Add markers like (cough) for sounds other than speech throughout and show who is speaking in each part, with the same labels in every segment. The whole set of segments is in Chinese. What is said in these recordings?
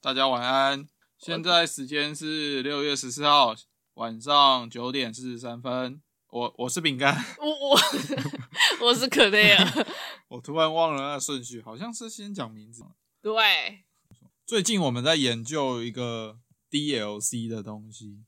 Speaker 1: 大家晚安。现在时间是六月十四号晚上九点四十三分。我我是饼干， (laughs)
Speaker 2: 我我 (laughs) 我是可乐啊，
Speaker 1: 我突然忘了那个顺序，好像是先讲名字。
Speaker 2: 对，
Speaker 1: 最近我们在研究一个 DLC 的东西，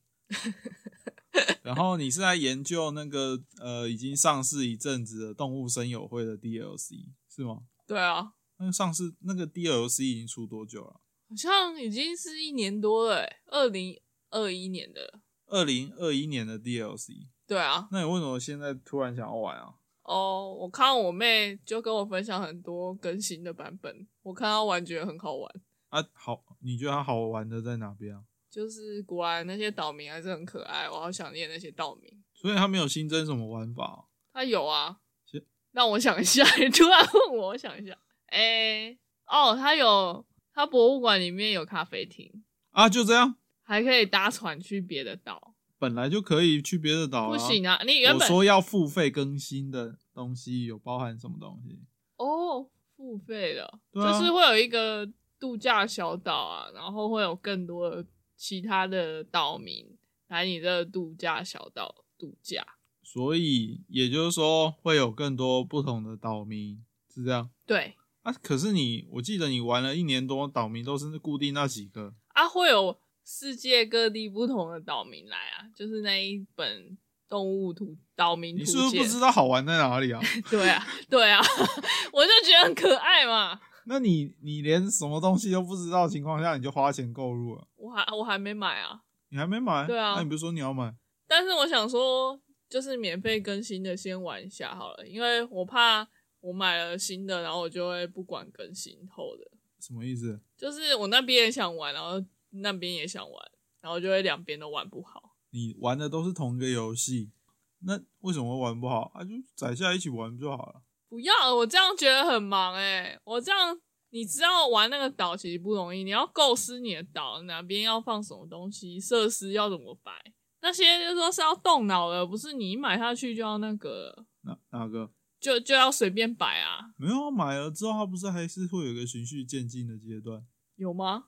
Speaker 1: 然后你是在研究那个呃已经上市一阵子的《动物森友会》的 DLC 是吗？
Speaker 2: 对啊，
Speaker 1: 那个上市那个 DLC 已经出多久了？
Speaker 2: 好像已经是一年多了、欸，二零二一年的了，
Speaker 1: 二零二一年的 DLC，
Speaker 2: 对啊，
Speaker 1: 那你为什么现在突然想要玩啊？
Speaker 2: 哦，我看我妹就跟我分享很多更新的版本，我看她玩觉得很好玩，
Speaker 1: 啊，好，你觉得它好玩的在哪边啊？
Speaker 2: 就是果然那些岛民还是很可爱，我好想念那些岛民。
Speaker 1: 所以它没有新增什么玩法哦、
Speaker 2: 她有啊
Speaker 1: 是，
Speaker 2: 让我想一下， (laughs) 你突然问我，我想一下，哎、哦，她有，她博物馆里面有咖啡厅，
Speaker 1: 啊，就这样，
Speaker 2: 还可以搭船去别的岛。
Speaker 1: 本来就可以去别的岛、啊，
Speaker 2: 不行啊！你原
Speaker 1: 我
Speaker 2: 本
Speaker 1: 说要付费更新的东西有包含什么东西？
Speaker 2: 哦，付费的，
Speaker 1: 对啊
Speaker 2: 就是会有一个度假小岛啊，然后会有更多的其他的岛民来你这个度假小岛度假。
Speaker 1: 所以也就是说会有更多不同的岛民，是这样
Speaker 2: 对
Speaker 1: 啊？可是你，我记得你玩了一年多，岛民都是固定那几个
Speaker 2: 啊，会有世界各地不同的岛民来啊，就是那一本动物图岛民
Speaker 1: 你
Speaker 2: 图
Speaker 1: 是不是
Speaker 2: 鉴。
Speaker 1: 不知道好玩在哪里啊？ (laughs)
Speaker 2: 对啊，对啊， (laughs) 我就觉得很可爱嘛。
Speaker 1: 那你你连什么东西都不知道的情况下，你就花钱购入了，
Speaker 2: 我还我还没买啊，
Speaker 1: 你还没买？
Speaker 2: 对啊
Speaker 1: 那你不是说你要买？
Speaker 2: 但是我想说，就是免费更新的先玩一下好了，因为我怕我买了新的，然后我就会不管更新后的。
Speaker 1: 什么意思？
Speaker 2: 就是我那边也想玩，然后那边也想玩，然后就会两边都玩不好。
Speaker 1: 你玩的都是同一个游戏，那为什么会玩不好啊？就载下一起玩不就好了？
Speaker 2: 不要，我这样觉得很忙哎、我这样你知道玩那个岛其实不容易，你要构思你的岛哪边要放什么东西，设施要怎么摆，那些就说是要动脑的，不是你一买下去就要那个了，
Speaker 1: 哪哪个？
Speaker 2: 就就要随便摆啊，
Speaker 1: 没有啊，买了之后，它不是还是会有一个循序渐进的阶段，
Speaker 2: 有吗？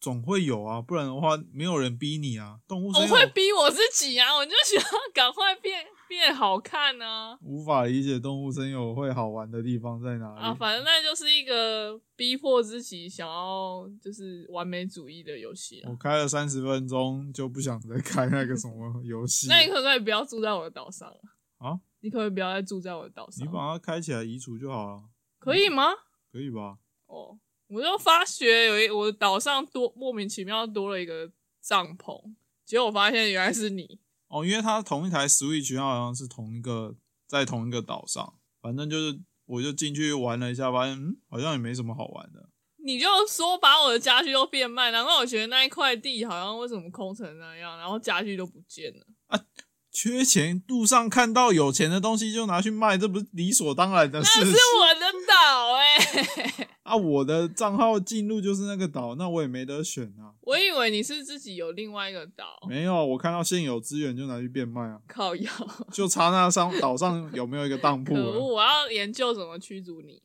Speaker 1: 总会有啊，不然的话没有人逼你啊。动物
Speaker 2: 我
Speaker 1: 森友
Speaker 2: 会逼我自己啊，我就想要赶快变变好看啊！
Speaker 1: 无法理解动物森友会好玩的地方在哪里。
Speaker 2: 啊，反正那就是一个逼迫自己想要就是完美主义的游戏
Speaker 1: 我
Speaker 2: 啊。
Speaker 1: 开了三十分钟就不想再开那个什么游戏。
Speaker 2: 那你可不可以不要住在我的岛上啊？
Speaker 1: 啊，
Speaker 2: 你可不可以不要再住在我的岛
Speaker 1: 你
Speaker 2: 上？
Speaker 1: 把它开起来移除就好了，
Speaker 2: 可以吗？
Speaker 1: 可以吧？
Speaker 2: 哦，我就发觉有一我的岛上多莫名其妙多了一个帐篷，结果我发现原来是你。
Speaker 1: 哦，因为它同一台 Switch，它好像是同一个在同一个岛上，反正就是我就进去玩了一下，发现嗯好像也没什么好玩的。
Speaker 2: 你就说把我的家具都变卖，难怪我觉得那一块地好像为什么空成那样，然后家具都不见了。
Speaker 1: 缺钱，路上看到有钱的东西就拿去卖，这不 (laughs) 是理所当然的事
Speaker 2: 那是我的岛哎、
Speaker 1: 啊！我的账号进入就是那个岛，那我也没得选啊。
Speaker 2: (laughs) 我以为你是自己有另外一个岛，
Speaker 1: 没有，啊我看到现有资源就拿去变卖啊，
Speaker 2: 靠腰，
Speaker 1: 就差那上岛上有没有一个当铺啊
Speaker 2: 可恶！
Speaker 1: 了。
Speaker 2: 我要研究怎么驱逐你。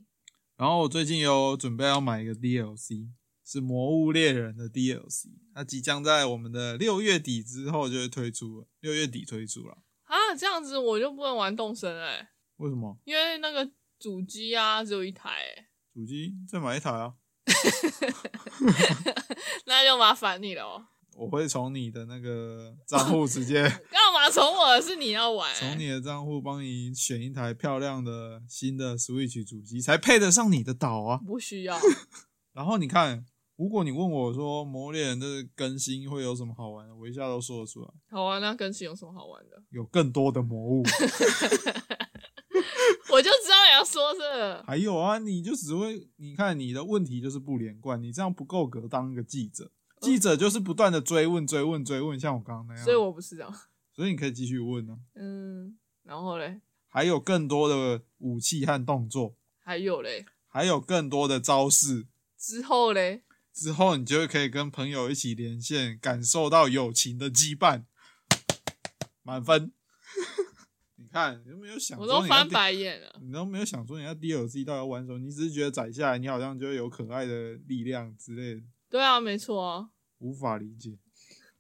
Speaker 1: 然后我最近有准备要买一个 DLC，是《魔物猎人》的 DLC，它即将在我们的六月底之后就会推出了，六月底推出了。
Speaker 2: 啊，这样子我就不能玩动森哎、
Speaker 1: 为什么？
Speaker 2: 因为那个主机啊只有一台、欸， (laughs)
Speaker 1: 主机再买一台啊！
Speaker 2: 那就麻烦你了哦。
Speaker 1: 我会从你的那个账户直接。
Speaker 2: 干嘛从我的是你要玩、欸？
Speaker 1: 从你的账户帮你选一台漂亮的新的 Switch 主机，才配得上你的岛啊。
Speaker 2: 不需要，
Speaker 1: 然后你看，如果你问我说《魔物猎人》的更新会有什么好玩的，我一下都说得出来，
Speaker 2: 好玩那更新有什么好玩的？
Speaker 1: 有更多的魔物，
Speaker 2: 我就知道你要说这个。
Speaker 1: 还有啊，你就只会你看你的问题就是不连贯，你这样不够格当一个记者。记者就是不断的追问、追问、追问，像我刚刚那样。
Speaker 2: 嗯所以我不知道。
Speaker 1: 所以你可以继续问啊。
Speaker 2: 嗯，然后嘞，
Speaker 1: 还有更多的武器和动作，
Speaker 2: 还有嘞，
Speaker 1: 还有更多的招式。
Speaker 2: 之后嘞，
Speaker 1: 之后，你就可以跟朋友一起连线，感受到友情的羁绊，满
Speaker 2: (laughs)
Speaker 1: 分。你看，你都没有想
Speaker 2: 我
Speaker 1: 说
Speaker 2: 都
Speaker 1: 你要
Speaker 2: 翻
Speaker 1: D-
Speaker 2: 白眼了。
Speaker 1: 你都没有想说你要 DLC 到底要玩什么，你只是觉得载下来，你好像就会有可爱的力量之类的。
Speaker 2: 对啊，没错啊，
Speaker 1: 无法理解。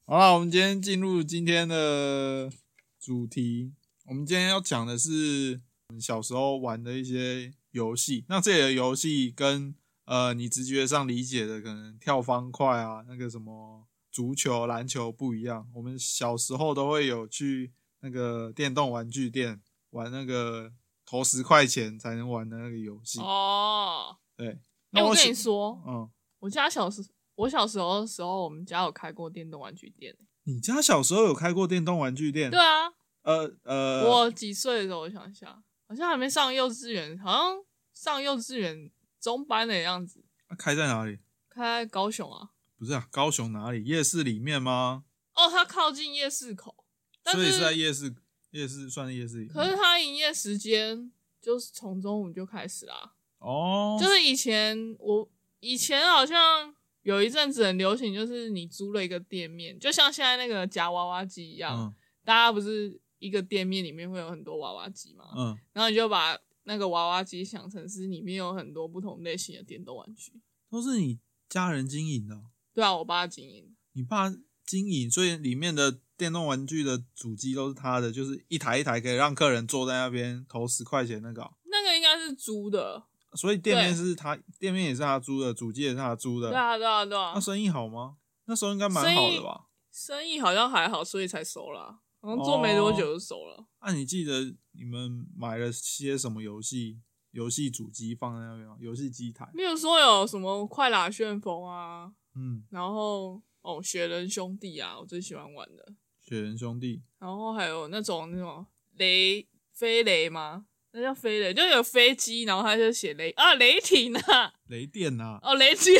Speaker 1: 好了，我们今天进入今天的主题。我们今天要讲的是我们小时候玩的一些游戏。那这里的游戏跟呃你直觉上理解的可能跳方块啊，那个什么足球、篮球不一样。我们小时候都会有去那个电动玩具店玩那个投十块钱才能玩的那个游戏。
Speaker 2: 哦，
Speaker 1: 对，
Speaker 2: 哎、
Speaker 1: 那
Speaker 2: 我跟
Speaker 1: 小
Speaker 2: 你说，
Speaker 1: 嗯，
Speaker 2: 我家小时我小时候的时候，我们家有开过电动玩具店。
Speaker 1: 你家小时候有开过电动玩具店？
Speaker 2: 对啊，
Speaker 1: 呃呃，
Speaker 2: 我几岁的时候，我想一下，好像还没上幼稚园，好像上幼稚园中班的样子，
Speaker 1: 啊开在哪里？
Speaker 2: 开在高雄啊。
Speaker 1: 不是啊，高雄哪里？夜市里面吗？
Speaker 2: 哦，它靠近夜市口，但
Speaker 1: 所以
Speaker 2: 是
Speaker 1: 是在夜市，夜市算夜市里面。
Speaker 2: 可是它营业时间就是从中午就开始啦。
Speaker 1: 哦，
Speaker 2: 就是以前我以前好像有一阵子很流行，就是你租了一个店面，就像现在那个夹娃娃机一样，
Speaker 1: 嗯
Speaker 2: 大家不是一个店面里面会有很多娃娃机吗？
Speaker 1: 嗯，
Speaker 2: 然后你就把那个娃娃机想成是里面有很多不同类型的电动玩具。
Speaker 1: 都是你家人经营的哦，
Speaker 2: 对啊，我爸经营。
Speaker 1: 你爸经营，所以里面的电动玩具的主机都是他的，就是一台一台可以让客人坐在那边投十块钱那个哦、
Speaker 2: 那个应该是租的。
Speaker 1: 所以店面是他，店面也是他租的，主机也是他租的。
Speaker 2: 对啊，对啊，对
Speaker 1: 那、
Speaker 2: 啊。
Speaker 1: 生意好吗？那时候应该蛮好的
Speaker 2: 生意
Speaker 1: 吧？
Speaker 2: 生意好像还好，所以才收啦。好像做没多久就收了。
Speaker 1: 那、啊你记得你们买了些什么游戏？游戏主机放在那边吗？游戏机台？
Speaker 2: 没有说有什么快打旋风啊，
Speaker 1: 嗯，
Speaker 2: 然后哦雪人兄弟啊，我最喜欢玩的。
Speaker 1: 雪人兄弟。
Speaker 2: 然后还有那种那种雷飞雷吗？那叫飞雷，就有飞机，然后他就写雷啊雷霆啊，
Speaker 1: 雷电呐、
Speaker 2: 哦雷击，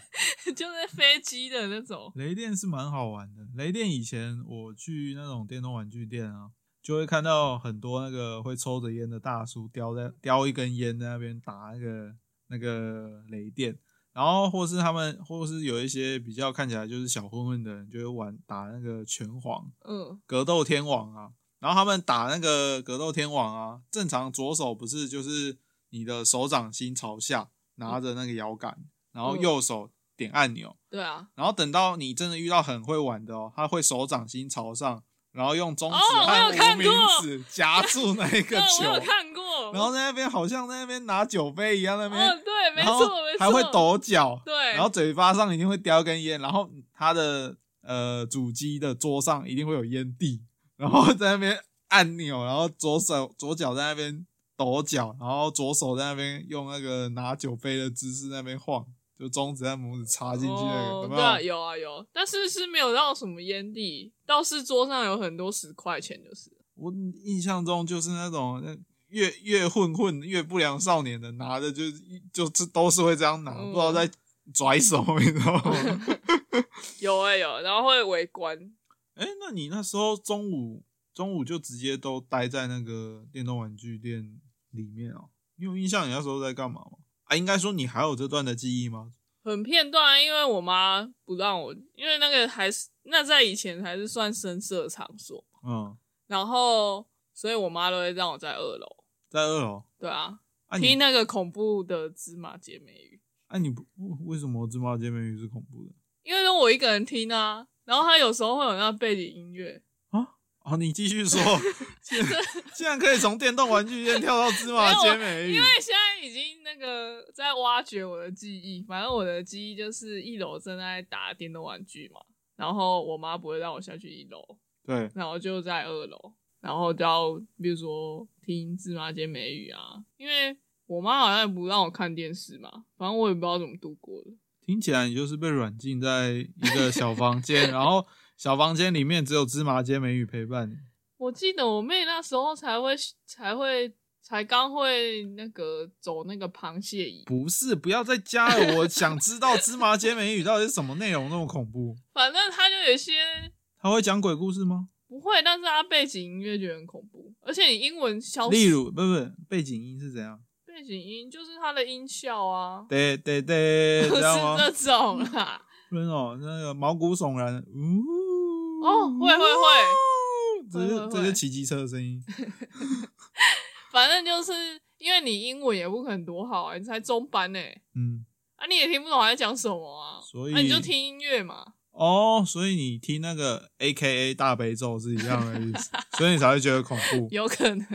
Speaker 2: (laughs) 就是飞机的那种。
Speaker 1: 雷电是蛮好玩的。雷电以前我去那种电动玩具店啊，就会看到很多那个会抽着烟的大叔叼在叼一根烟在那边打那个那个雷电，然后或是他们或是有一些比较看起来就是小混混的人，就会玩打那个拳皇
Speaker 2: 嗯，
Speaker 1: 格斗天王啊。然后他们打那个格斗天王啊，正常左手不是就是你的手掌心朝下拿着那个摇杆，然后
Speaker 2: 嗯
Speaker 1: 右手点按钮，
Speaker 2: 对啊，
Speaker 1: 然后等到你真的遇到很会玩的哦，他会手掌心朝上，然后用中指
Speaker 2: 哦
Speaker 1: 和
Speaker 2: 我有看
Speaker 1: 无
Speaker 2: 过
Speaker 1: 名指夹住那一个
Speaker 2: (laughs) 那
Speaker 1: 球，
Speaker 2: 哦我有看过。
Speaker 1: 然后在那边好像在那边拿酒杯一样在那边，
Speaker 2: 哦，对，没
Speaker 1: 然后
Speaker 2: 错，没错，
Speaker 1: 还会，抖脚，
Speaker 2: 对，
Speaker 1: 然后嘴巴上一定会叼一根烟，然后他的呃主机的桌上一定会有烟蒂，然后在那边按钮，然后左手左脚在那边抖脚，然后左手在那边用那个拿酒杯的姿势在那边晃。就中指和拇指插进去那个，
Speaker 2: 哦
Speaker 1: 有没
Speaker 2: 对啊，
Speaker 1: 有？
Speaker 2: 有啊有，但是是没有到什么烟蒂，倒是桌上有很多十块钱，就是
Speaker 1: 我印象中就是那种呃越越混混越不良少年的拿着就是一就是都是会这样拿，
Speaker 2: 嗯
Speaker 1: 不知道在拽手，你知
Speaker 2: (laughs)
Speaker 1: 道吗？ (laughs)
Speaker 2: 有哎、有，然后会围观。
Speaker 1: 哎、那你那时候中午中午就直接都待在那个电动玩具店里面哦、你有印象你那时候在干嘛吗？啊，应该说你还有这段的记忆吗？
Speaker 2: 很片段，啊因为我妈不让我，因为那个还是那在以前还是算深色场所，
Speaker 1: 嗯，
Speaker 2: 然后所以我妈都会让我在二楼，
Speaker 1: 在二楼。
Speaker 2: 对啊，
Speaker 1: 啊
Speaker 2: 听
Speaker 1: 你
Speaker 2: 那个恐怖的芝麻姐妹语。
Speaker 1: 啊你不为什么芝麻街美语是恐怖的
Speaker 2: 因为都我一个人听啊，然后他有时候会有那背景音乐，
Speaker 1: 哦，你继续
Speaker 2: (laughs)
Speaker 1: 说，竟然竟然可以从电动玩具店跳到芝麻
Speaker 2: 没有
Speaker 1: 街
Speaker 2: 我
Speaker 1: 美语，
Speaker 2: 因为现在已经那个在挖掘我的记忆，反正我的记忆就是一楼正在打电动玩具嘛，然后我妈不会让我下去一楼，
Speaker 1: 对，
Speaker 2: 然后就在二楼，然后就要比如说听芝麻街美语啊，因为我妈好像也不让我看电视嘛，反正我也不知道怎么度过的。
Speaker 1: 听起来你就是被软禁在一个小房间，然后小房间里面只有芝麻街美语陪伴你。
Speaker 2: 我记得我妹那时候才会才会才刚会那个走那个螃蟹椅，
Speaker 1: 不是，不要再加了。我想知道芝麻街美语到底是什么内容那么恐怖？
Speaker 2: 反正他就有一些
Speaker 1: 他会讲鬼故事吗？
Speaker 2: 不会，但是他背景音乐觉得很恐怖，而且你英文消失，
Speaker 1: 例如，不不，背景音是怎样？
Speaker 2: 背景音就是它的音效啊，
Speaker 1: 对对
Speaker 2: (laughs)
Speaker 1: 对，
Speaker 2: 不
Speaker 1: 这
Speaker 2: 是
Speaker 1: 样吗？
Speaker 2: 这种啦，
Speaker 1: 不然哦，那个毛骨悚然，呜
Speaker 2: 哦会会会，
Speaker 1: 这
Speaker 2: 会
Speaker 1: 就
Speaker 2: 会
Speaker 1: 这就
Speaker 2: 会
Speaker 1: 骑机车的声音。
Speaker 2: 反正就是因为你英文也不可能多好啊、你才中班呢、
Speaker 1: 嗯，
Speaker 2: 啊，你也听不懂我在讲什么啊，
Speaker 1: 所以
Speaker 2: 那、你就听音乐嘛。
Speaker 1: 哦，所以你听那个 A K A 大悲咒是一样的意思，所以你才会觉得恐怖。
Speaker 2: (laughs) 有可能。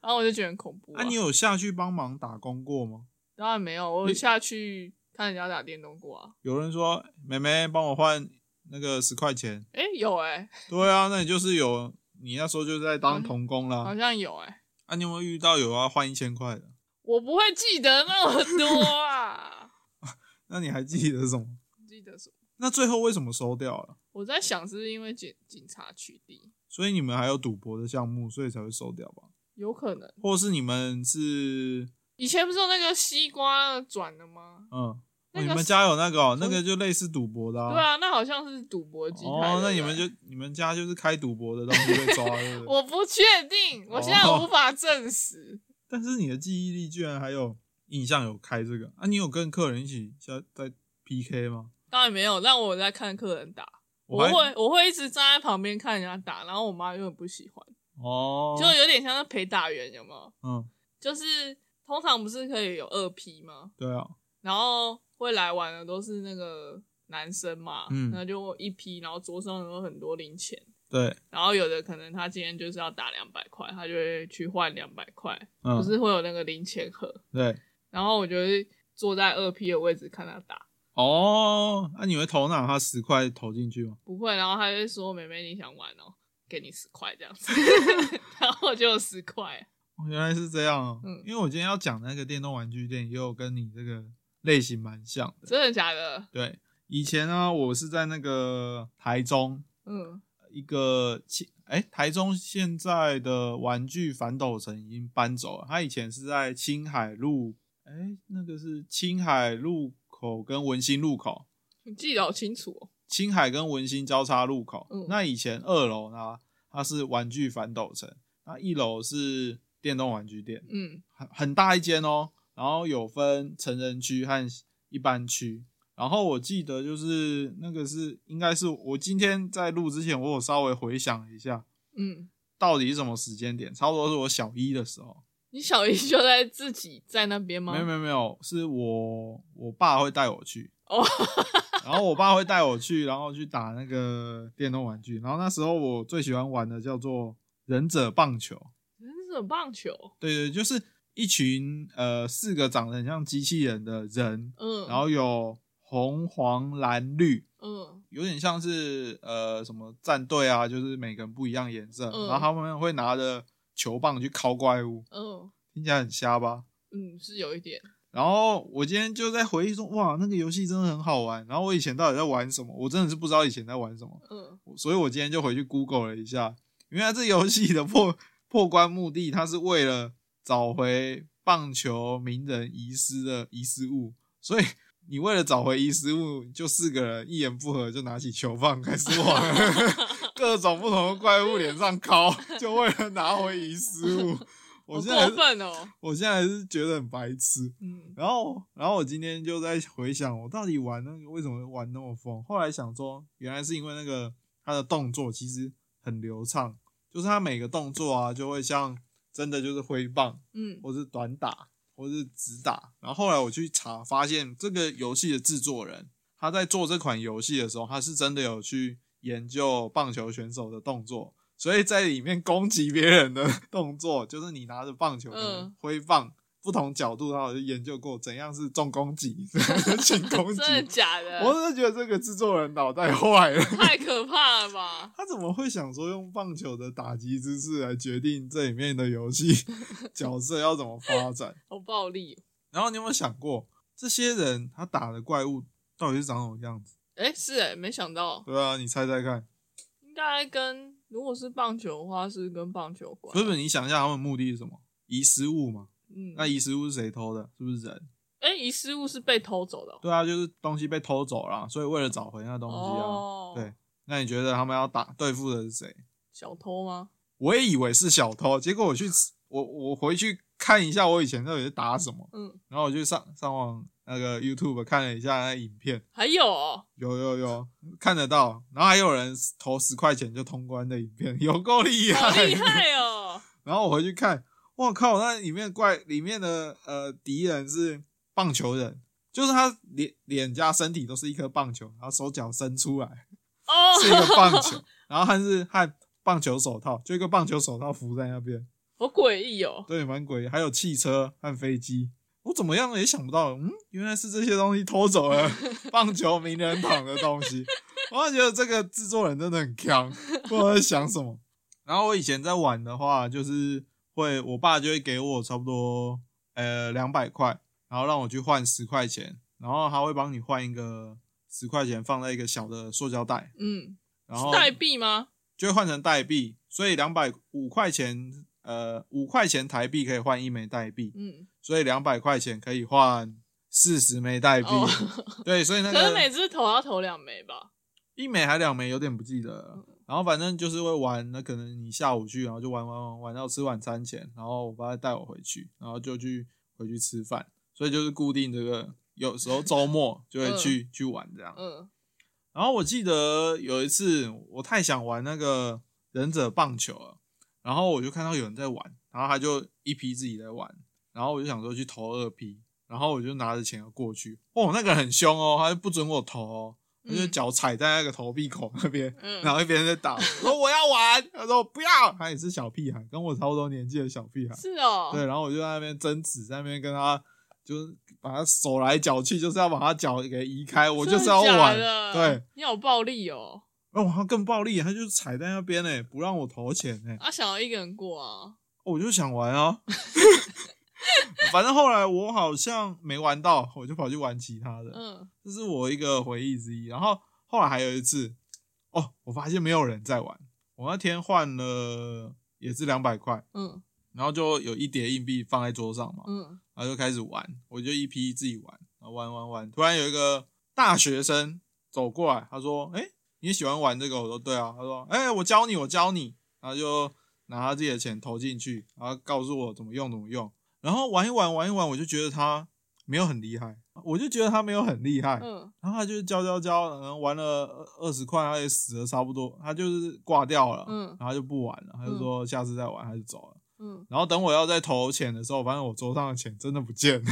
Speaker 2: 然后我就觉得很恐怖、
Speaker 1: 啊，你有下去帮忙打工过吗？
Speaker 2: 当然没有，我
Speaker 1: 你
Speaker 2: 有下去看人家打电动过啊。
Speaker 1: 有人说，妹妹帮我换那个十块钱。
Speaker 2: 诶、有诶、
Speaker 1: 对啊，那你就是有，你那时候就是在
Speaker 2: 嗯
Speaker 1: 当童工
Speaker 2: 好
Speaker 1: 啦。
Speaker 2: 像有诶、
Speaker 1: 啊，你有没有遇到有要换一千块的？
Speaker 2: 我不会记得那么多啊。 (laughs)
Speaker 1: 那你还记得什么？
Speaker 2: 记得什么？
Speaker 1: 那最后为什么收掉了？
Speaker 2: 我在想是不是因为警警察取缔，
Speaker 1: 所以你们还有赌博的项目，所以才会收掉吧？
Speaker 2: 有可能。
Speaker 1: 或是你们是
Speaker 2: 以前不是有那个西瓜转的吗？
Speaker 1: 嗯，
Speaker 2: 那
Speaker 1: 哦
Speaker 2: 个
Speaker 1: 你们
Speaker 2: 是
Speaker 1: 家有那个、哦，那
Speaker 2: 从
Speaker 1: 个就类似赌博的、
Speaker 2: 对。啊，那好像是赌博机台的。
Speaker 1: 哦，那你们
Speaker 2: 对。
Speaker 1: 就你们家就是开赌博的东西被抓的
Speaker 2: (laughs) 我不确定，我现在
Speaker 1: 哦
Speaker 2: 无法证实。
Speaker 1: 但是你的记忆力居然还有印象有开这个啊？你有跟客人一起下在 PK 吗？
Speaker 2: 当然没有，让我在看客人打。我
Speaker 1: 还
Speaker 2: 会我会一直站在旁边看人家打，然后我妈又很不喜欢，
Speaker 1: 哦，
Speaker 2: 就有点像是陪打员，有没有？
Speaker 1: 嗯，
Speaker 2: 就是通常不是可以有二批吗？
Speaker 1: 对啊，
Speaker 2: 然后会来玩的都是那个男生嘛，
Speaker 1: 嗯
Speaker 2: 那就一批，然后桌上有很多零钱，
Speaker 1: 对，
Speaker 2: 然后有的可能他今天就是要打两百块，他就会去换两百块，
Speaker 1: 嗯，
Speaker 2: 不是会有那个零钱盒，
Speaker 1: 对，
Speaker 2: 然后我就会坐在二批的位置看他打，
Speaker 1: 哦，那、你会投哪？他十块投进去吗？
Speaker 2: 不会，然后他就会说：“妹妹，你想玩哦，给你十块这样子。”然后我就有十块，
Speaker 1: 哦原来是这样、哦，
Speaker 2: 嗯
Speaker 1: 因为我今天要讲那个电动玩具店，也有跟你这个类型蛮像的。
Speaker 2: 真的假的？
Speaker 1: 对，以前呢、我是在那个台中
Speaker 2: 嗯，
Speaker 1: 一个其，哎、台中现在的玩具反斗城已经搬走了，它以前是在青海路，哎、那个是青海路口跟文心路口，
Speaker 2: 你记得好清楚哦。
Speaker 1: 青海跟文心交叉路口。
Speaker 2: 嗯
Speaker 1: 那以前二楼呢，它是玩具反斗城，那一楼是电动玩具店，
Speaker 2: 嗯，
Speaker 1: 很很大一间哦，然后有分成人区和一般区。然后我记得就是那个是应该是我今天在录之前，我有稍微回想了一下，
Speaker 2: 嗯，
Speaker 1: 到底是什么时间点？差不多是我小一的时候，
Speaker 2: 你小姨就在自己在那边吗？
Speaker 1: 没有没有没有，是我我爸会带我去，
Speaker 2: 哦，
Speaker 1: (laughs)
Speaker 2: (laughs)
Speaker 1: 然后我爸会带我去，然后去打那个电动玩具。然后那时候我最喜欢玩的叫做忍者棒球，
Speaker 2: 忍者棒球。
Speaker 1: 对对，就是一群呃四个长得很像机器人的人，
Speaker 2: 嗯，
Speaker 1: 然后有红黄蓝绿，
Speaker 2: 嗯
Speaker 1: 有点像是呃什么战队啊，就是每个人不一样颜色，
Speaker 2: 嗯
Speaker 1: 然后他们会拿着球棒去敲怪物，
Speaker 2: 嗯
Speaker 1: 听起来很瞎吧？
Speaker 2: 嗯，是有一点。
Speaker 1: 然后我今天就在回忆说，哇，那个游戏真的很好玩。然后我以前到底在玩什么？我真的是不知道以前在玩什么，
Speaker 2: 嗯
Speaker 1: 所以我今天就回去 Google 了一下，原来这游戏的破破关目的，它是为了找回棒球名人遗失的遗失物，所以。你为了找回遗失物，就四个人一言不合就拿起球棒开始往 (laughs) 各种不同的怪物脸上敲，就为了拿回遗失物。我
Speaker 2: 好
Speaker 1: 现在还
Speaker 2: 过
Speaker 1: 是
Speaker 2: 分哦。
Speaker 1: 我现在还是觉得很白痴。
Speaker 2: 嗯
Speaker 1: 然后，然后我今天就在回想，我到底玩那个为什么玩那么疯？后来想说，原来是因为那个他的动作其实很流畅，就是他每个动作啊，就会像真的就是挥棒，
Speaker 2: 嗯
Speaker 1: 或是短打，或是直打。然后后来我去查，发现这个游戏的制作人，他在做这款游戏的时候，他是真的有去研究棒球选手的动作，所以在里面攻击别人的 (laughs) 动作，就是你拿着棒球可能
Speaker 2: 嗯
Speaker 1: 挥棒。不同角度，他有去研究过怎样是重攻
Speaker 2: (laughs)
Speaker 1: 击、轻攻
Speaker 2: 真
Speaker 1: 击。
Speaker 2: 的假的？
Speaker 1: 我真的觉得这个制作人脑袋坏了， (laughs)
Speaker 2: (laughs) 太可怕了吧！
Speaker 1: 他怎么会想说用棒球的打击姿势来决定这里面的游戏 (laughs) 角色要怎么发展？
Speaker 2: 好暴力哦。
Speaker 1: 然后你有没有想过，这些人他打的怪物到底是长什么样子？
Speaker 2: 哎、是哎、没想到，
Speaker 1: 对啊，你猜猜看。
Speaker 2: 应该跟如果是棒球的话，是跟棒球有关。
Speaker 1: 不是不是，你想一下他们目的是什么？遗失物嘛？
Speaker 2: 嗯，
Speaker 1: 那遗失物是谁偷的？是不是人？
Speaker 2: 哎、遗失物是被偷走的哦、
Speaker 1: 对啊，就是东西被偷走了，所以为了找回那东西啊。
Speaker 2: 哦
Speaker 1: 对，那你觉得他们要打对付的是谁？
Speaker 2: 小偷吗？
Speaker 1: 我也以为是小偷，结果我去我我回去看一下我以前到底是打什么，
Speaker 2: 嗯，
Speaker 1: 然后我就上上网那个 YouTube 看了一下那影片，
Speaker 2: 还
Speaker 1: (laughs)
Speaker 2: 有哦，
Speaker 1: 有有有看得到，然后还有人投十块钱就通关的影片，有够厉
Speaker 2: 好
Speaker 1: 害！
Speaker 2: 厉害哦！
Speaker 1: (laughs) 然后我回去看，我靠，那里面怪里面的呃敌人是棒球人，就是他脸脸加身体都是一颗棒球，然后手脚伸出来
Speaker 2: 哦，
Speaker 1: 是一个棒
Speaker 2: (laughs)
Speaker 1: 球，然后还是和棒球手套，就一个棒球手套浮在那边，
Speaker 2: 好诡异哦。
Speaker 1: 对，蛮诡异。还有汽车和飞机，我怎么样也想不到，嗯，原来是这些东西偷走了棒球名人堂的东西。我觉得这个制作人真的很强，不知道在想什么。然后我以前在玩的话，就是会我爸就会给我差不多呃两百块，然后让我去换十块钱，然后他会帮你换一个十块钱放在一个小的塑胶袋，
Speaker 2: 嗯，
Speaker 1: 然后
Speaker 2: 是代币吗？
Speaker 1: 就会换成代币，所以两百五块钱，呃，五块钱台币可以换一枚代币，
Speaker 2: 嗯，
Speaker 1: 所以两百块钱可以换四十枚代币。
Speaker 2: 哦，
Speaker 1: 对，所以那
Speaker 2: (laughs) 可是每
Speaker 1: 个
Speaker 2: 次投要投两枚吧？
Speaker 1: 一枚还两枚有点不记得了。
Speaker 2: 嗯
Speaker 1: 然后反正就是会玩，那可能你下午去，然后就玩玩玩玩到吃晚餐前，然后我爸带我回去，然后就去回去吃饭，所以就是固定这个，有时候周末就会去、去玩这样。
Speaker 2: 嗯，
Speaker 1: 然后我记得有一次，我太想玩那个忍者棒球了，然后我就看到有人在玩，然后他就一批自己在玩，然后我就想说去投二批，然后我就拿着钱要过去，哦，那个人很凶哦，他就不准我投哦，他就
Speaker 2: 嗯
Speaker 1: 脚踩在那个投币口那边，
Speaker 2: 嗯
Speaker 1: 然后一边在打，我说我要玩，他说不要，他也是小屁孩，跟我差不多年纪的小屁孩，
Speaker 2: 是哦，
Speaker 1: 对，然后我就在那边争执，在那边跟他。就是把他手来脚去，就是要把他脚给移开，我就是要
Speaker 2: 真的假
Speaker 1: 玩。
Speaker 2: 的
Speaker 1: 对，，
Speaker 2: 你好暴力哦！
Speaker 1: 哦，他更暴力，他就是踩在那边呢，不让我投钱呢、
Speaker 2: 啊，想要一个人过啊，
Speaker 1: 我就想玩啊， (laughs) 反正后来我好像没玩到，我就跑去玩其他的，
Speaker 2: 嗯，
Speaker 1: 这是我一个回忆之一。然后后来还有一次，哦，我发现没有人在玩，我那天换了也是两百块，
Speaker 2: 嗯
Speaker 1: 然后就有一叠硬币放在桌上嘛，
Speaker 2: 嗯
Speaker 1: 然后就开始玩，我就一批自己玩，然后玩玩玩，突然有一个大学生走过来，他说：“哎、你喜欢玩这个？”我说：“对啊。”他说：“哎、我教你，我教你。”然后就拿他自己的钱投进去，然后告诉我怎么用怎么用，然后玩一玩玩一玩，我就觉得他没有很厉害，我就觉得他没有很厉害，
Speaker 2: 嗯，
Speaker 1: 然后他就是教教教，然后玩了二二十块，他也死了差不多，他就是挂掉了，
Speaker 2: 嗯
Speaker 1: 然后他就不玩了，他就说下次再玩，他就走了。
Speaker 2: 嗯，
Speaker 1: 然后等我要再投钱的时候，我发现我桌上的钱真的不见了， (laughs)
Speaker 2: (laughs)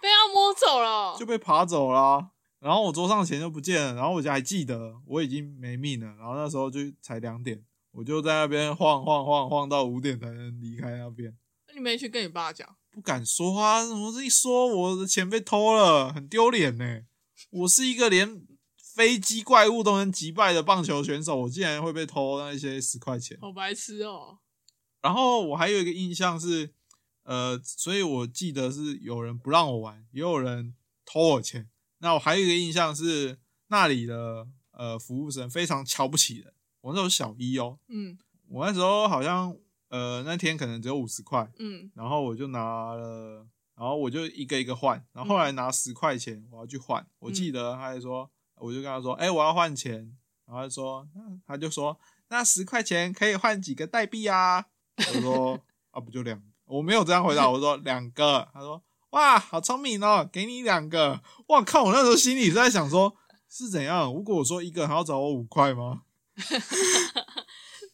Speaker 2: 被他摸走了
Speaker 1: 就，被爬走啦、然后我桌上的钱就不见了，然后我就还记得我已经没命了，然后那时候就才两点，我就在那边晃晃晃晃到五点才能离开那边，
Speaker 2: 你没去跟你爸讲，
Speaker 1: 不敢说啊，怎么一说我的钱被偷了，很丢脸呢。我是一个连飞机怪物都能击败的棒球选手，我竟然会被偷那些十块钱。
Speaker 2: 好白痴哦，
Speaker 1: 然后我还有一个印象是，呃，所以我记得是有人不让我玩，也有人偷我钱。那我还有一个印象是，那里的呃服务生非常瞧不起人。我那时候小一哦，
Speaker 2: 嗯
Speaker 1: 我那时候好像呃那天可能只有五十块，
Speaker 2: 嗯
Speaker 1: 然后我就拿了，然后我就一个一个换，然后后来拿十块钱我要去换，我记得他还说，我就跟他说，哎、我要换钱，然后他说，那他就说，那十块钱可以换几个代币啊？我说啊，不就两个，我没有这样回答，我说两个，他说。哇，好聪明哦！给你两个，哇靠！我那时候心里是在想说，是怎样？如果我说一个，还要找我五块吗？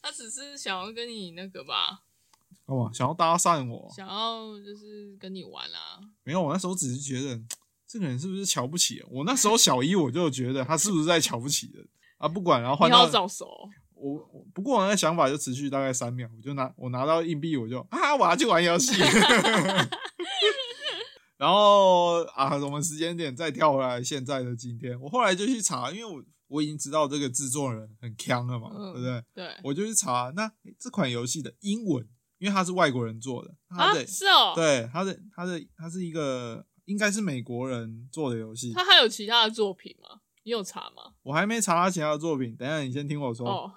Speaker 2: 他只是想要跟你那个吧，
Speaker 1: 干嘛？想要搭讪我？啊
Speaker 2: 想要就是跟你玩啊，
Speaker 1: 没有，我那时候只是觉得这个人是不是瞧不起人？我那时候小一我就觉得他是不是在瞧不起人啊？不管，然后换
Speaker 2: 你好
Speaker 1: 到
Speaker 2: 早熟，
Speaker 1: 我，我不过我那个想法就持续大概三秒，我就拿我拿到硬币，我就啊，我要去玩游
Speaker 2: (laughs)
Speaker 1: 戏。 (laughs) 然后啊，我们时间点再跳回来，现在的今天，我后来就去查，因为我我已经知道这个制作人很强了嘛，
Speaker 2: 嗯
Speaker 1: 对不对？
Speaker 2: 对
Speaker 1: 我就去查那这款游戏的英文，因为它是外国人做的，它
Speaker 2: 啊
Speaker 1: 的、，
Speaker 2: 是哦，
Speaker 1: 对，他的他的他是一个应该是美国人做的游戏，
Speaker 2: 他还有其他的作品吗？你有查吗？
Speaker 1: 我还没查他其他的作品。等一下你先听我说，
Speaker 2: 哦，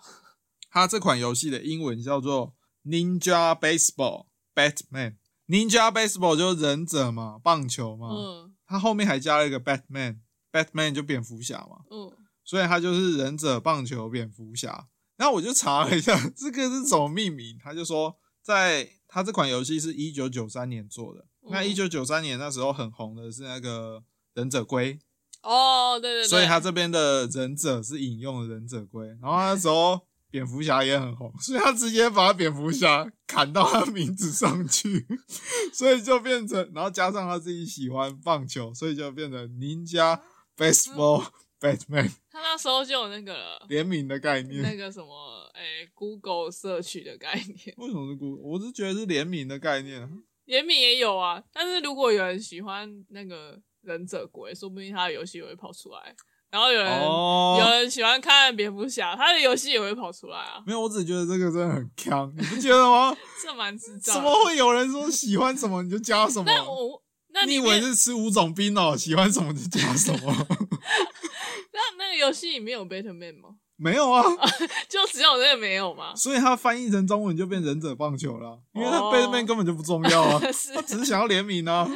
Speaker 1: 他这款游戏的英文叫做 Ninja Baseball Batman。Ninja Baseball 就是忍者嘛，棒球嘛，
Speaker 2: 嗯
Speaker 1: 他后面还加了一个 Batman，Batman 就蝙蝠侠嘛，
Speaker 2: 嗯，
Speaker 1: 所以他就是忍者、棒球、蝙蝠侠。然后我就查了一下 (laughs) 这个是怎么命名，他就说在他这款游戏是一九九三年做的，那
Speaker 2: 嗯
Speaker 1: 一九九三年那时候很红的是那个忍者龟，
Speaker 2: 哦，对对对，
Speaker 1: 所以他这边的忍者是引用了忍者龟，然后他那时候蝙蝠侠也很红，所以他直接把蝙蝠侠砍到他名字上去， (laughs) 所以就变成，然后加上他自己喜欢棒球，所以就变成宁家 baseball
Speaker 2: (laughs)
Speaker 1: Batman
Speaker 2: 他那时候就有那个了，
Speaker 1: 联名的概念。
Speaker 2: 那个什么，诶 g o o g l e 社区的概念，
Speaker 1: 为什么是孤？我是觉得是联名的概念啊。
Speaker 2: 联名也有啊。但是如果有人喜欢那个忍者龟，说不定他的游戏也会跑出来。然后有人、有
Speaker 1: 哦，
Speaker 2: 人喜欢看蝙蝠侠，他的游戏也会跑出来啊，
Speaker 1: 没有，我只觉得这个真的很坑，你不觉得吗？
Speaker 2: 这蛮智障
Speaker 1: 怎
Speaker 2: 的。
Speaker 1: 么会有人说喜欢什么你就加什
Speaker 2: 那
Speaker 1: 么？
Speaker 2: 我那
Speaker 1: 你
Speaker 2: 里
Speaker 1: 以为
Speaker 2: 面
Speaker 1: 是吃五种冰哦？喜欢什么就加什
Speaker 2: (laughs)
Speaker 1: 么？
Speaker 2: 那那个游戏里面有 Batman 吗？
Speaker 1: 没有啊，
Speaker 2: 就只有那个没有
Speaker 1: (laughs)
Speaker 2: 吗？
Speaker 1: 所以它翻译成中文就变忍者棒球了，因为它
Speaker 2: 哦
Speaker 1: Batman 根本就不重要 (laughs) 啊，
Speaker 2: 是
Speaker 1: 他只是想要联名啊。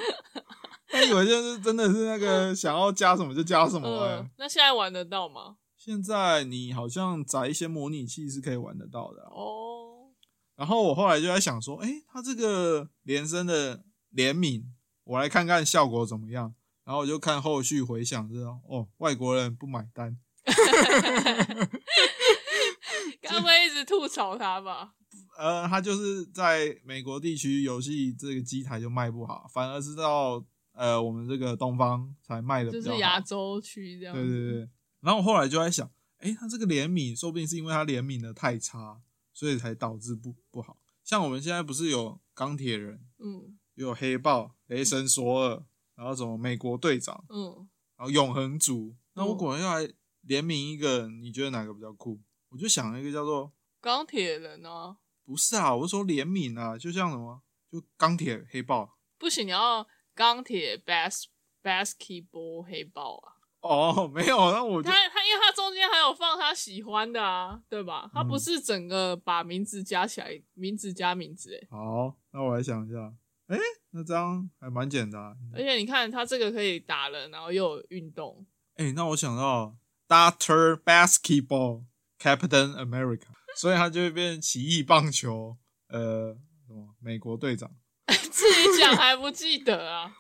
Speaker 1: 他以为就是真的是那个想要加什么就加什么、欸。
Speaker 2: 嗯，那现在玩得到吗？
Speaker 1: 现在你好像载一些模拟器是可以玩得到的啊、
Speaker 2: 哦，
Speaker 1: 然后我后来就在想说，诶，他这个连声的联名，我来看看效果怎么样。然后我就看后续回想，知道哦，外国人不买单，
Speaker 2: 该不会一直吐槽他
Speaker 1: (laughs)
Speaker 2: 吧？
Speaker 1: 呃，他就是在美国地区游戏这个机台就卖不好，反而是到呃我们这个东方才卖的比
Speaker 2: 就
Speaker 1: 较
Speaker 2: 是
Speaker 1: 好。
Speaker 2: 亚洲区这样。
Speaker 1: 对对对。然后我后来就在想，诶，他这个怜悯，说不定是因为他怜悯的太差，所以才导致不不好。像我们现在不是有钢铁人，
Speaker 2: 嗯
Speaker 1: 又有黑豹、雷神索尔，然后什么美国队长，
Speaker 2: 嗯，
Speaker 1: 然后永恒族。那我
Speaker 2: 嗯
Speaker 1: 果然要来联名一个，你觉得哪个比较酷？我就想了一个叫做
Speaker 2: 钢铁人啊，
Speaker 1: 不是啊，我是说联名啊，就像什么就钢铁黑豹
Speaker 2: 不行，你要钢铁 bas basketball 黑豹啊。
Speaker 1: 哦， (laughs) 没有，那我就
Speaker 2: 他他，因为他中间还有放他喜欢的啊，对吧？他不
Speaker 1: 嗯
Speaker 2: 是整个把名字加起来，名字加名字、欸，
Speaker 1: 好，那我来想一下，诶，那这样还蛮简单。
Speaker 2: 而且你看他这个可以打人，然后又有运动， (laughs)
Speaker 1: 诶，那我想到 Doctor Basketball Captain America，所以它就会变奇异棒球，呃，什么美国队长。
Speaker 2: 自己讲还不记得啊？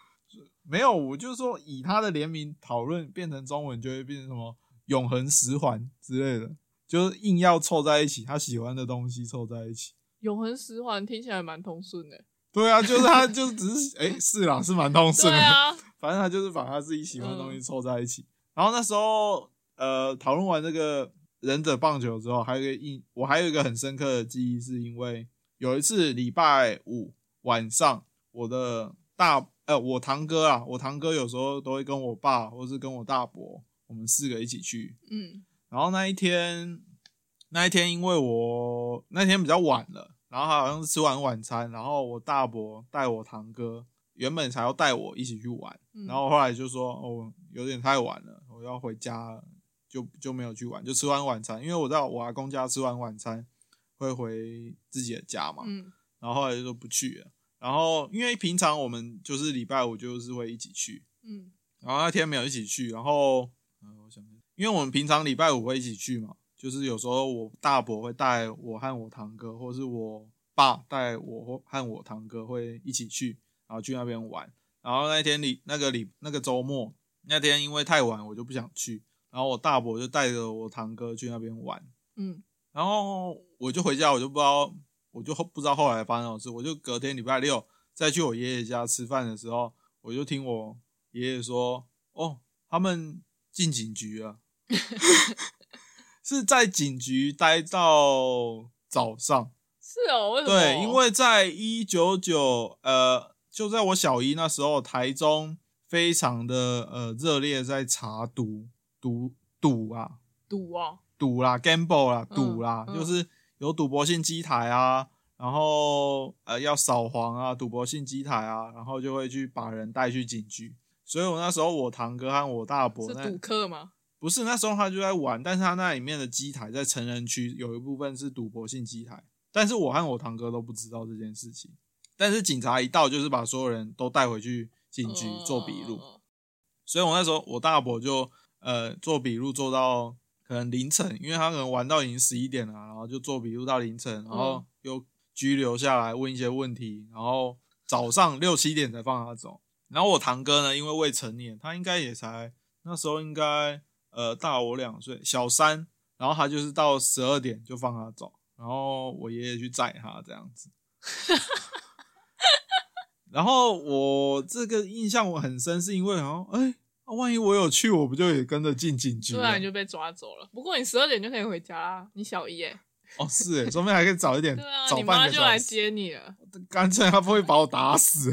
Speaker 1: 没有，我就说以他的联名讨论变成中文，就会变成什么永恒十环之类的，就是硬要凑在一起，他喜欢的东西凑在一起。
Speaker 2: 永恒十环听起来蛮通顺的、
Speaker 1: 对啊，就是他就只是哎、是啦，是蛮通
Speaker 2: 对
Speaker 1: 顺的，
Speaker 2: 啊，
Speaker 1: 反正他就是把他自己喜欢的东西凑在一起。然后那时候呃，讨论完这个忍者棒球之后，还有一个印，我还有一个很深刻的记忆，是因为有一次礼拜五晚上，我的大呃，我堂哥啊，我堂哥有时候都会跟我爸或是跟我大伯，我们四个一起去。
Speaker 2: 嗯
Speaker 1: 然后那一天，那一天因为我那天比较晚了，然后他好像是吃完晚餐，然后我大伯带我堂哥，原本才要带我一起去玩，
Speaker 2: 嗯，
Speaker 1: 然后后来就说哦，有点太晚了，我要回家了，就就没有去玩，就吃完晚餐，因为我在我阿公家吃完晚餐会回自己的家嘛，
Speaker 2: 嗯
Speaker 1: 然后后来就说不去了。然后因为平常我们就是礼拜五就是会一起去，
Speaker 2: 嗯
Speaker 1: 然后那天没有一起去，然后嗯，我想一下，因为我们平常礼拜五会一起去嘛，就是有时候我大伯会带我和我堂哥，或是我爸带我或和我堂哥会一起去，然后去那边玩。然后那天礼那个礼那个周末那天因为太晚，我就不想去，然后我大伯就带着我堂哥去那边玩，
Speaker 2: 嗯
Speaker 1: 然后我就回家，我就不知道，我就后不知道后来发生什么事。我就隔天礼拜六再去我爷爷家吃饭的时候，我就听我爷爷说：“哦，他们进警局了， (laughs) 是在警局待到早上。
Speaker 2: 是哦，为什么？
Speaker 1: 对，因为在一九九呃，就在我小一那时候，台中非常的呃热烈在查毒毒赌啊，
Speaker 2: 赌啊，
Speaker 1: 赌啦、gamble 啦、
Speaker 2: 嗯
Speaker 1: 赌啦，
Speaker 2: 嗯
Speaker 1: 就是有赌博性机台啊，然后呃要扫黄啊，赌博性机台啊，然后就会去把人带去警局。所以我那时候我堂哥和我大伯
Speaker 2: 是
Speaker 1: 那
Speaker 2: 赌客吗？
Speaker 1: 不是那时候他就在玩，但是他那里面的机台在成人区有一部分是赌博性机台，但是我和我堂哥都不知道这件事情。但是警察一到，就是把所有人都带回去警局做笔录。
Speaker 2: 哦
Speaker 1: 所以我那时候我大伯就呃做笔录做到可能凌晨，因为他可能玩到已经十一点了，啊然后就做笔录到凌晨，然后又拘留下来问一些问题，然后早上六七点才放他走。然后我堂哥呢，因为未成年，他应该也才那时候应该呃大我两岁，小三，然后他就是到十二点就放他走，然后我爷爷去载他这样
Speaker 2: (laughs)
Speaker 1: 子。然后我这个印象我很深，是因为好像哎、啊万一我有去，我不就也跟着进警局
Speaker 2: 突
Speaker 1: 了
Speaker 2: 然？啊就被抓走了。不过你十二点就可以回家啦，你小一哎，
Speaker 1: 哦，是哎，说不定还可以早一点，
Speaker 2: (laughs) 对啊，
Speaker 1: 早
Speaker 2: 你
Speaker 1: 半
Speaker 2: 妈
Speaker 1: 个
Speaker 2: 就来
Speaker 1: 小时。
Speaker 2: 接你了，
Speaker 1: 干脆他不会把我打死。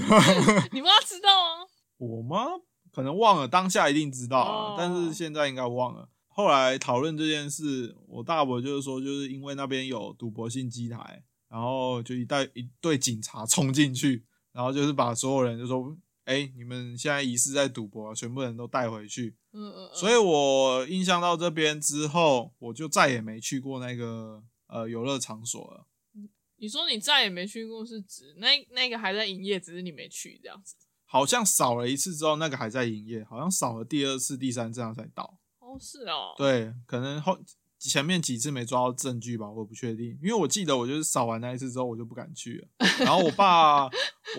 Speaker 2: 你妈知道啊？
Speaker 1: 我妈可能忘了，当下一定知道啊，
Speaker 2: 哦
Speaker 1: 但是现在应该忘了。后来讨论这件事，我大伯就是说，就是因为那边有赌博性机台，然后就一带一队警察冲进去，然后就是把所有人就说：“哎、你们现在疑似在赌博，啊全部人都带回去。”
Speaker 2: 嗯嗯嗯，
Speaker 1: 所以我印象到这边之后，我就再也没去过那个呃游乐场所了。
Speaker 2: 你说你再也没去过，是指那那个还在营业，只是你没去这样子，
Speaker 1: 好像少了一次之后，那个还在营业，好像少了第二次、第三次它才到。
Speaker 2: 哦，是哦，
Speaker 1: 对，可能后前面几次没抓到证据吧，我不确定，因为我记得我就是扫完那一次之后，我就不敢去了。然后我爸，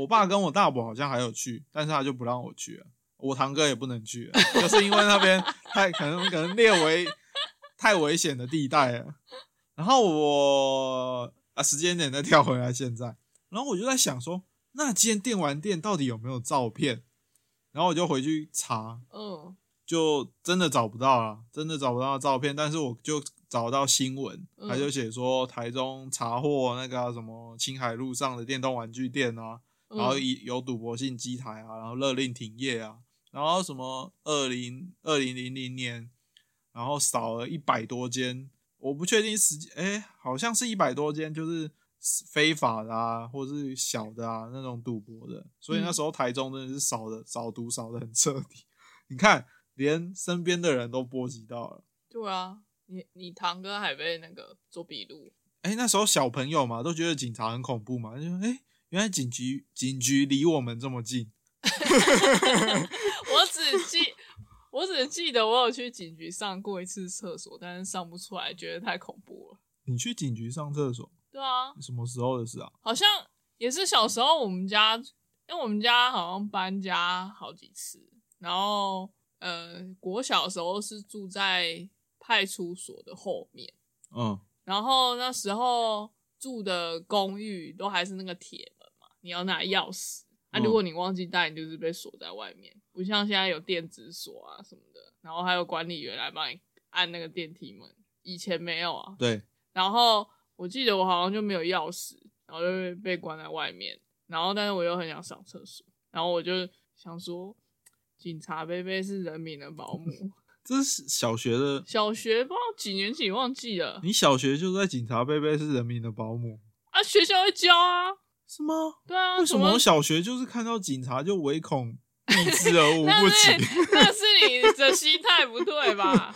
Speaker 1: 我爸跟我大伯好像还有去，但是他就不让我去了。我堂哥也不能去了，就是因为那边太可能可能列为太危险的地带了。然后我啊，时间点再跳回来现在，然后我就在想说，那间电玩店到底有没有照片？然后我就回去查，
Speaker 2: 嗯
Speaker 1: 就真的找不到了，真的找不到照片，但是我就找到新闻，
Speaker 2: 嗯
Speaker 1: 他就写说台中查获那个啊、什么青海路上的电动玩具店啊，
Speaker 2: 嗯，
Speaker 1: 然后以有赌博性机台啊，然后勒令停业啊，然后什么二零二零零零年，然后少了一百多间，我不确定时间，哎、好像是一百多间，就是非法的啊，或是小的啊那种赌博的，所以那时候台中真的是少的少赌少的很彻底，你看连身边的人都波及到了。
Speaker 2: 对啊，你你堂哥还被那个做笔录， (laughs)
Speaker 1: 哎、那时候小朋友嘛，都觉得警察很恐怖嘛，就哎、诶原来警局警局离我们这么近，
Speaker 2: 我只记。我只记得我有去警局上过一次厕所，但是上不出来，觉得太恐怖了。
Speaker 1: 你去警局上厕所，
Speaker 2: 对啊，
Speaker 1: 什么时候的事啊？
Speaker 2: 好像也是小时候我们家，因为我们家好像搬家好几次，然后呃，国小的时候是住在派出所的后面，
Speaker 1: 嗯
Speaker 2: 然后那时候住的公寓都还是那个铁门嘛，你要拿钥匙。啊，
Speaker 1: 嗯
Speaker 2: 如果你忘记带，你就是被锁在外面，不像现在有电子锁啊什么的，然后还有管理员来帮你按那个电梯门，以前没有啊，。
Speaker 1: 对，
Speaker 2: 然后我记得我好像就没有钥匙，然后就被被关在外面。然后但是我又很想上厕所，然后我就想说，警察贝贝是人民的保姆。 (laughs)
Speaker 1: 这是小学的，
Speaker 2: 小学不知道几年级忘记了
Speaker 1: 你小学就在警察贝贝是人民的保姆
Speaker 2: 啊，学校会教啊，
Speaker 1: 是吗？
Speaker 2: 对啊，
Speaker 1: 为什么我
Speaker 2: 小
Speaker 1: 小学就是看到警察就唯
Speaker 2: (laughs)
Speaker 1: 恐避之而无不
Speaker 2: 那是
Speaker 1: 及？
Speaker 2: (laughs) 那是你的心态不对
Speaker 1: (laughs)
Speaker 2: 吧？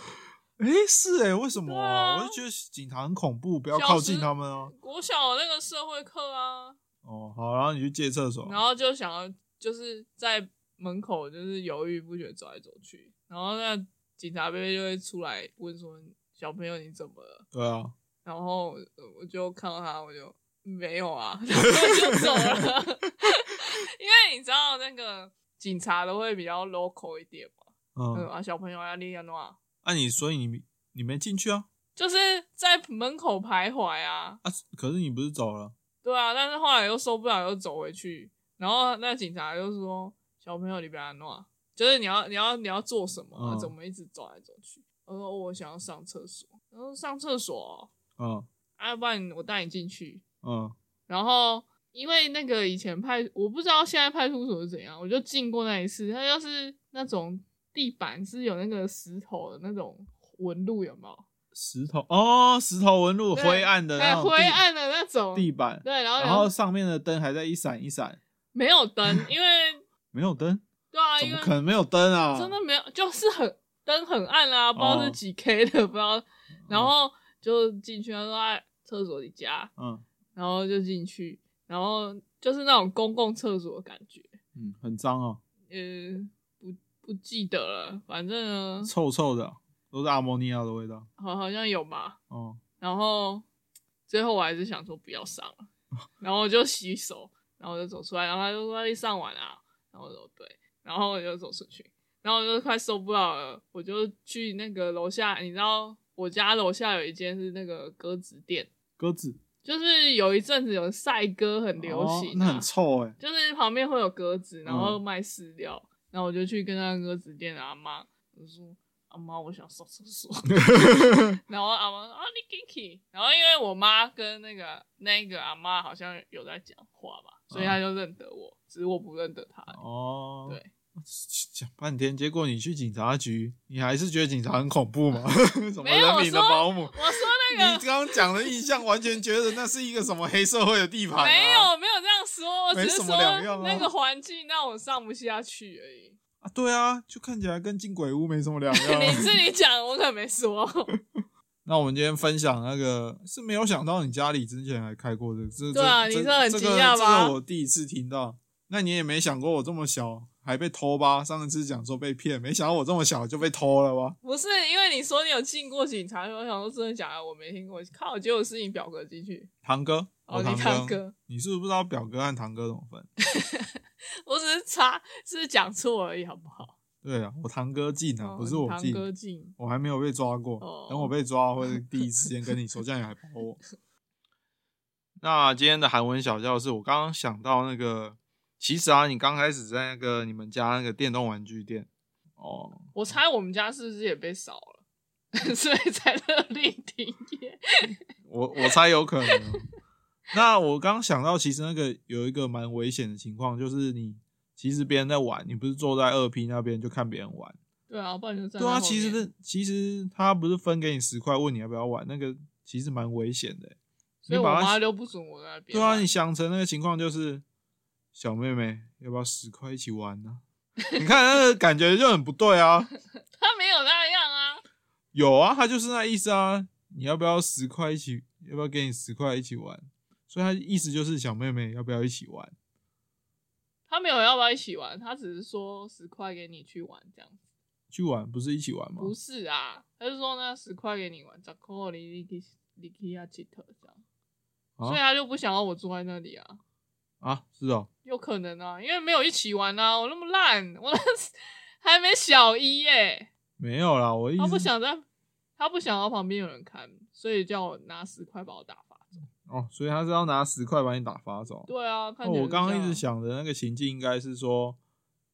Speaker 1: 哎、是哎、为什么啊？
Speaker 2: 对啊
Speaker 1: 我就觉得警察很恐怖，不要靠近他们啊。
Speaker 2: 国小那个社会课啊，
Speaker 1: 哦，好，然后你去借厕所，
Speaker 2: 然后就想要就是在门口就是犹豫不决走来走去，然后那警察贝贝就会出来问说小朋友你怎么了？
Speaker 1: 对啊，
Speaker 2: 然后呃我就看到他，我就没有啊， (laughs) 然后就走了。 (laughs) 因为你知道那个警察都会比较 local 一点嘛，嗯
Speaker 1: 嗯，
Speaker 2: 啊，小朋友要练啊，
Speaker 1: 那、你所以你你没进去啊？
Speaker 2: 就是在门口徘徊啊，
Speaker 1: 啊，可是你不是走了？
Speaker 2: 对啊，但是后来又受不了，又走回去。然后那警察就说：“小朋友，你不要弄啊，就是你要你要你要做什么啊、
Speaker 1: 嗯
Speaker 2: 怎么一直走来走去？”我说：“我想要上厕所。”然后上厕所、哦，
Speaker 1: 嗯
Speaker 2: 啊，不然我带你进去。
Speaker 1: 嗯
Speaker 2: 然后因为那个以前派，我不知道现在派出所是怎样，我就进过那一次。它就是那种地板是有那个石头的那种纹路，有没有？
Speaker 1: 石头哦，石头纹路，
Speaker 2: 对
Speaker 1: 灰暗的那
Speaker 2: 哎，
Speaker 1: 种
Speaker 2: 灰
Speaker 1: 地
Speaker 2: 暗的那种
Speaker 1: 地板，
Speaker 2: 对，然后
Speaker 1: 然后上面的灯还在一闪一闪，
Speaker 2: 没有灯，因为
Speaker 1: 没有灯，
Speaker 2: 对啊，
Speaker 1: 怎
Speaker 2: 因
Speaker 1: 么
Speaker 2: 为
Speaker 1: 可能没有灯啊？
Speaker 2: 真的没有，就是很灯很暗啊，不知道是几 K 的，不知道。然后就进去，他说在厕所里加，
Speaker 1: 嗯
Speaker 2: 然后就进去，然后就是那种公共厕所的感觉，
Speaker 1: 嗯，很脏哦，
Speaker 2: 呃，不不记得了，反正呢，
Speaker 1: 臭臭的，都是阿莫尼亚的味道。
Speaker 2: 好好像有吧。
Speaker 1: 哦，
Speaker 2: 然后最后我还是想说不要上了，
Speaker 1: 哦
Speaker 2: 然后我就洗手，然后我就走出来，然后他就说你上完啊，然后我说对，然后我就走出去，然后我就快受不了了，我就去那个楼下，你知道我家楼下有一间是那个鸽子店，
Speaker 1: 鸽子
Speaker 2: 就是有一阵子有赛鸽很流
Speaker 1: 哦
Speaker 2: 行、
Speaker 1: 那
Speaker 2: 啊
Speaker 1: 很臭哎、
Speaker 2: 就是旁边会有鸽子，然后
Speaker 1: 嗯
Speaker 2: 卖饲料，然后我就去跟那个鸽子店的阿妈，我就说阿妈，我想上厕
Speaker 1: (laughs)
Speaker 2: 所， (laughs) 然后阿妈说啊你 g i k y 然后因为我妈跟那个那个阿妈好像有在讲话吧，所以她就认得我，只是我不认得她。
Speaker 1: 嗯哦，
Speaker 2: 对，
Speaker 1: 讲半天，结果你去警察局，你还是觉得警察很恐
Speaker 2: (laughs)
Speaker 1: 怖吗？什么
Speaker 2: 没有
Speaker 1: 人民的
Speaker 2: 我说
Speaker 1: 保姆？
Speaker 2: 我说
Speaker 1: 你
Speaker 2: 那
Speaker 1: 刚
Speaker 2: 个
Speaker 1: 刚讲的印象，完全觉得那是一个什么黑社会的地盘、啊。
Speaker 2: 没有没有这样说，我只
Speaker 1: 没什
Speaker 2: 是说
Speaker 1: 么两样啊
Speaker 2: 那个环境让我上不下去而已。
Speaker 1: 啊，对啊，就看起来跟进鬼屋没什么两样
Speaker 2: (laughs) 你
Speaker 1: 啊。
Speaker 2: 自己讲，我可没说。
Speaker 1: 那我们今天分享那个是没有想到你家里之前还开过这个，这
Speaker 2: 对啊
Speaker 1: 这
Speaker 2: 你真的很
Speaker 1: 这
Speaker 2: 惊讶吧
Speaker 1: 这个？这个我第一次听到。那你也没想过我这么小还被偷吧？上一次讲说被骗，没想到我这么小就被偷了吧？
Speaker 2: 不是因为你说你有进过警察，我想说真的假的，我没听过。靠，结果是你表哥进去，
Speaker 1: 堂哥，
Speaker 2: 哦
Speaker 1: 我
Speaker 2: 你堂哥，
Speaker 1: 你是不是不知道表哥和堂哥怎么分？
Speaker 2: 我只是查是讲错而已，好不好？
Speaker 1: 对啊，我堂哥进啊，
Speaker 2: 哦
Speaker 1: 不是我
Speaker 2: 堂
Speaker 1: 进，
Speaker 2: 哥进，
Speaker 1: 我还没有被抓过。
Speaker 2: 哦
Speaker 1: 等我被抓，会第一时间跟你说，这样你还跑我。 (laughs) 那今天的韩文小教室，我刚刚想到那个，其实啊，你刚开始在那个你们家那个电动玩具店，哦，
Speaker 2: 我猜我们家是不是也被扫了， (laughs) 所以才勒令停业。
Speaker 1: 我我猜有可能哦。那我刚想到，其实那个有一个蛮危险的情况，就是你其实别人在玩，你不是坐在二 P 那边就看别人玩。
Speaker 2: 对啊，不然就站在
Speaker 1: 对啊，
Speaker 2: 后面
Speaker 1: 其实是其实他不是分给你十块，问你要不要玩，那个其实蛮危险的欸。
Speaker 2: 所以
Speaker 1: 你
Speaker 2: 我
Speaker 1: 把它
Speaker 2: 妈就不准我在那边
Speaker 1: 对啊，
Speaker 2: 玩。
Speaker 1: 你想成那个情况就是，小妹妹要不要十块一起玩呢、 (laughs) 你看那个感觉就很不对啊。
Speaker 2: 她没有那样啊，
Speaker 1: 有啊，他就是那意思啊。你要不要十块一起？要不要给你十块一起玩？所以他意思就是小妹妹要不要一起玩？
Speaker 2: 她没有要不要一起玩，她只是说十块给你去玩这样子。
Speaker 1: 去玩不是一起玩吗？
Speaker 2: 不是啊，她就说那十块给你玩，咋扣你你你你你要记得这样。所以
Speaker 1: 啊
Speaker 2: 他就不想要我坐在那里啊，
Speaker 1: 啊，是哦，
Speaker 2: 有可能啊，因为没有一起玩啊，我那么烂，我那时还没小一耶、
Speaker 1: 没有啦，我意思
Speaker 2: 他不想在，他不想要旁边有人看，所以叫我拿十块把我打发走。
Speaker 1: 哦，所以他是要拿十块把你打发走。
Speaker 2: 对啊，看
Speaker 1: 哦，
Speaker 2: 起来
Speaker 1: 我
Speaker 2: 是这样
Speaker 1: 刚刚一直，想的那个情境应该是说，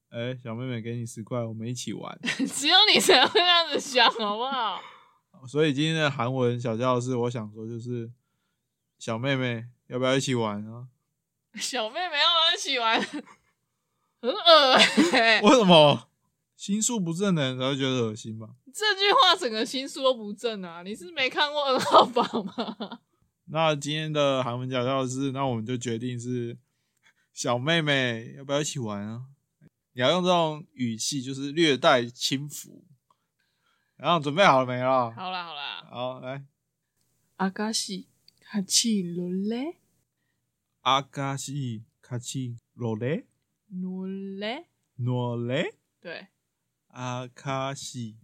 Speaker 1: 哎、小妹妹给你十块，我们一起玩。
Speaker 2: (laughs) 只有你才会这样子想，好不好？
Speaker 1: 哦所以今天的韩文小教室，我想说就是，小妹妹要不要一起玩啊？
Speaker 2: 小妹妹要不要一起玩？很恶心、
Speaker 1: 为什么 (laughs) 心术不正的人才会觉得恶心吧？
Speaker 2: 这句话整个心术都不正啊！你是没看过二号房吗？ (laughs)
Speaker 1: 那今天的韩文小教室，那我们就决定是小妹妹要不要一起玩啊？你要用这种语气，就是略带轻浮。然后准备好了没啦？
Speaker 2: 好啦好啦，
Speaker 1: 好，来，
Speaker 2: 阿嘎西卡奇罗嘞
Speaker 1: 阿嘎西卡奇罗雷
Speaker 2: 罗嘞，
Speaker 1: 诺雷。
Speaker 2: 对。
Speaker 1: 阿啊卡西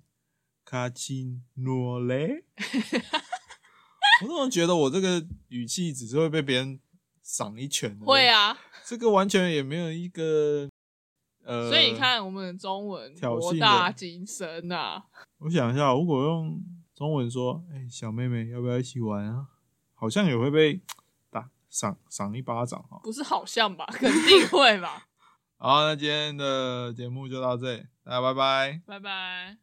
Speaker 1: 卡奇诺雷。 (laughs) 我怎么觉得我这个语气只是会被别人赏一拳的？
Speaker 2: 会，啊，
Speaker 1: 这个完全也没有一个呃。
Speaker 2: 所以你，看我们的中文
Speaker 1: 挑衅
Speaker 2: 博
Speaker 1: 的
Speaker 2: 大精深啊呐、
Speaker 1: 我想一下，如果用中文说，哎、小妹妹要不要一起玩啊？好像也会被打赏赏一巴掌哦哈。
Speaker 2: 不是好像吧？ (laughs) 肯定会吧。
Speaker 1: 好，那今天的节目就到这里，大家拜拜。
Speaker 2: 拜拜。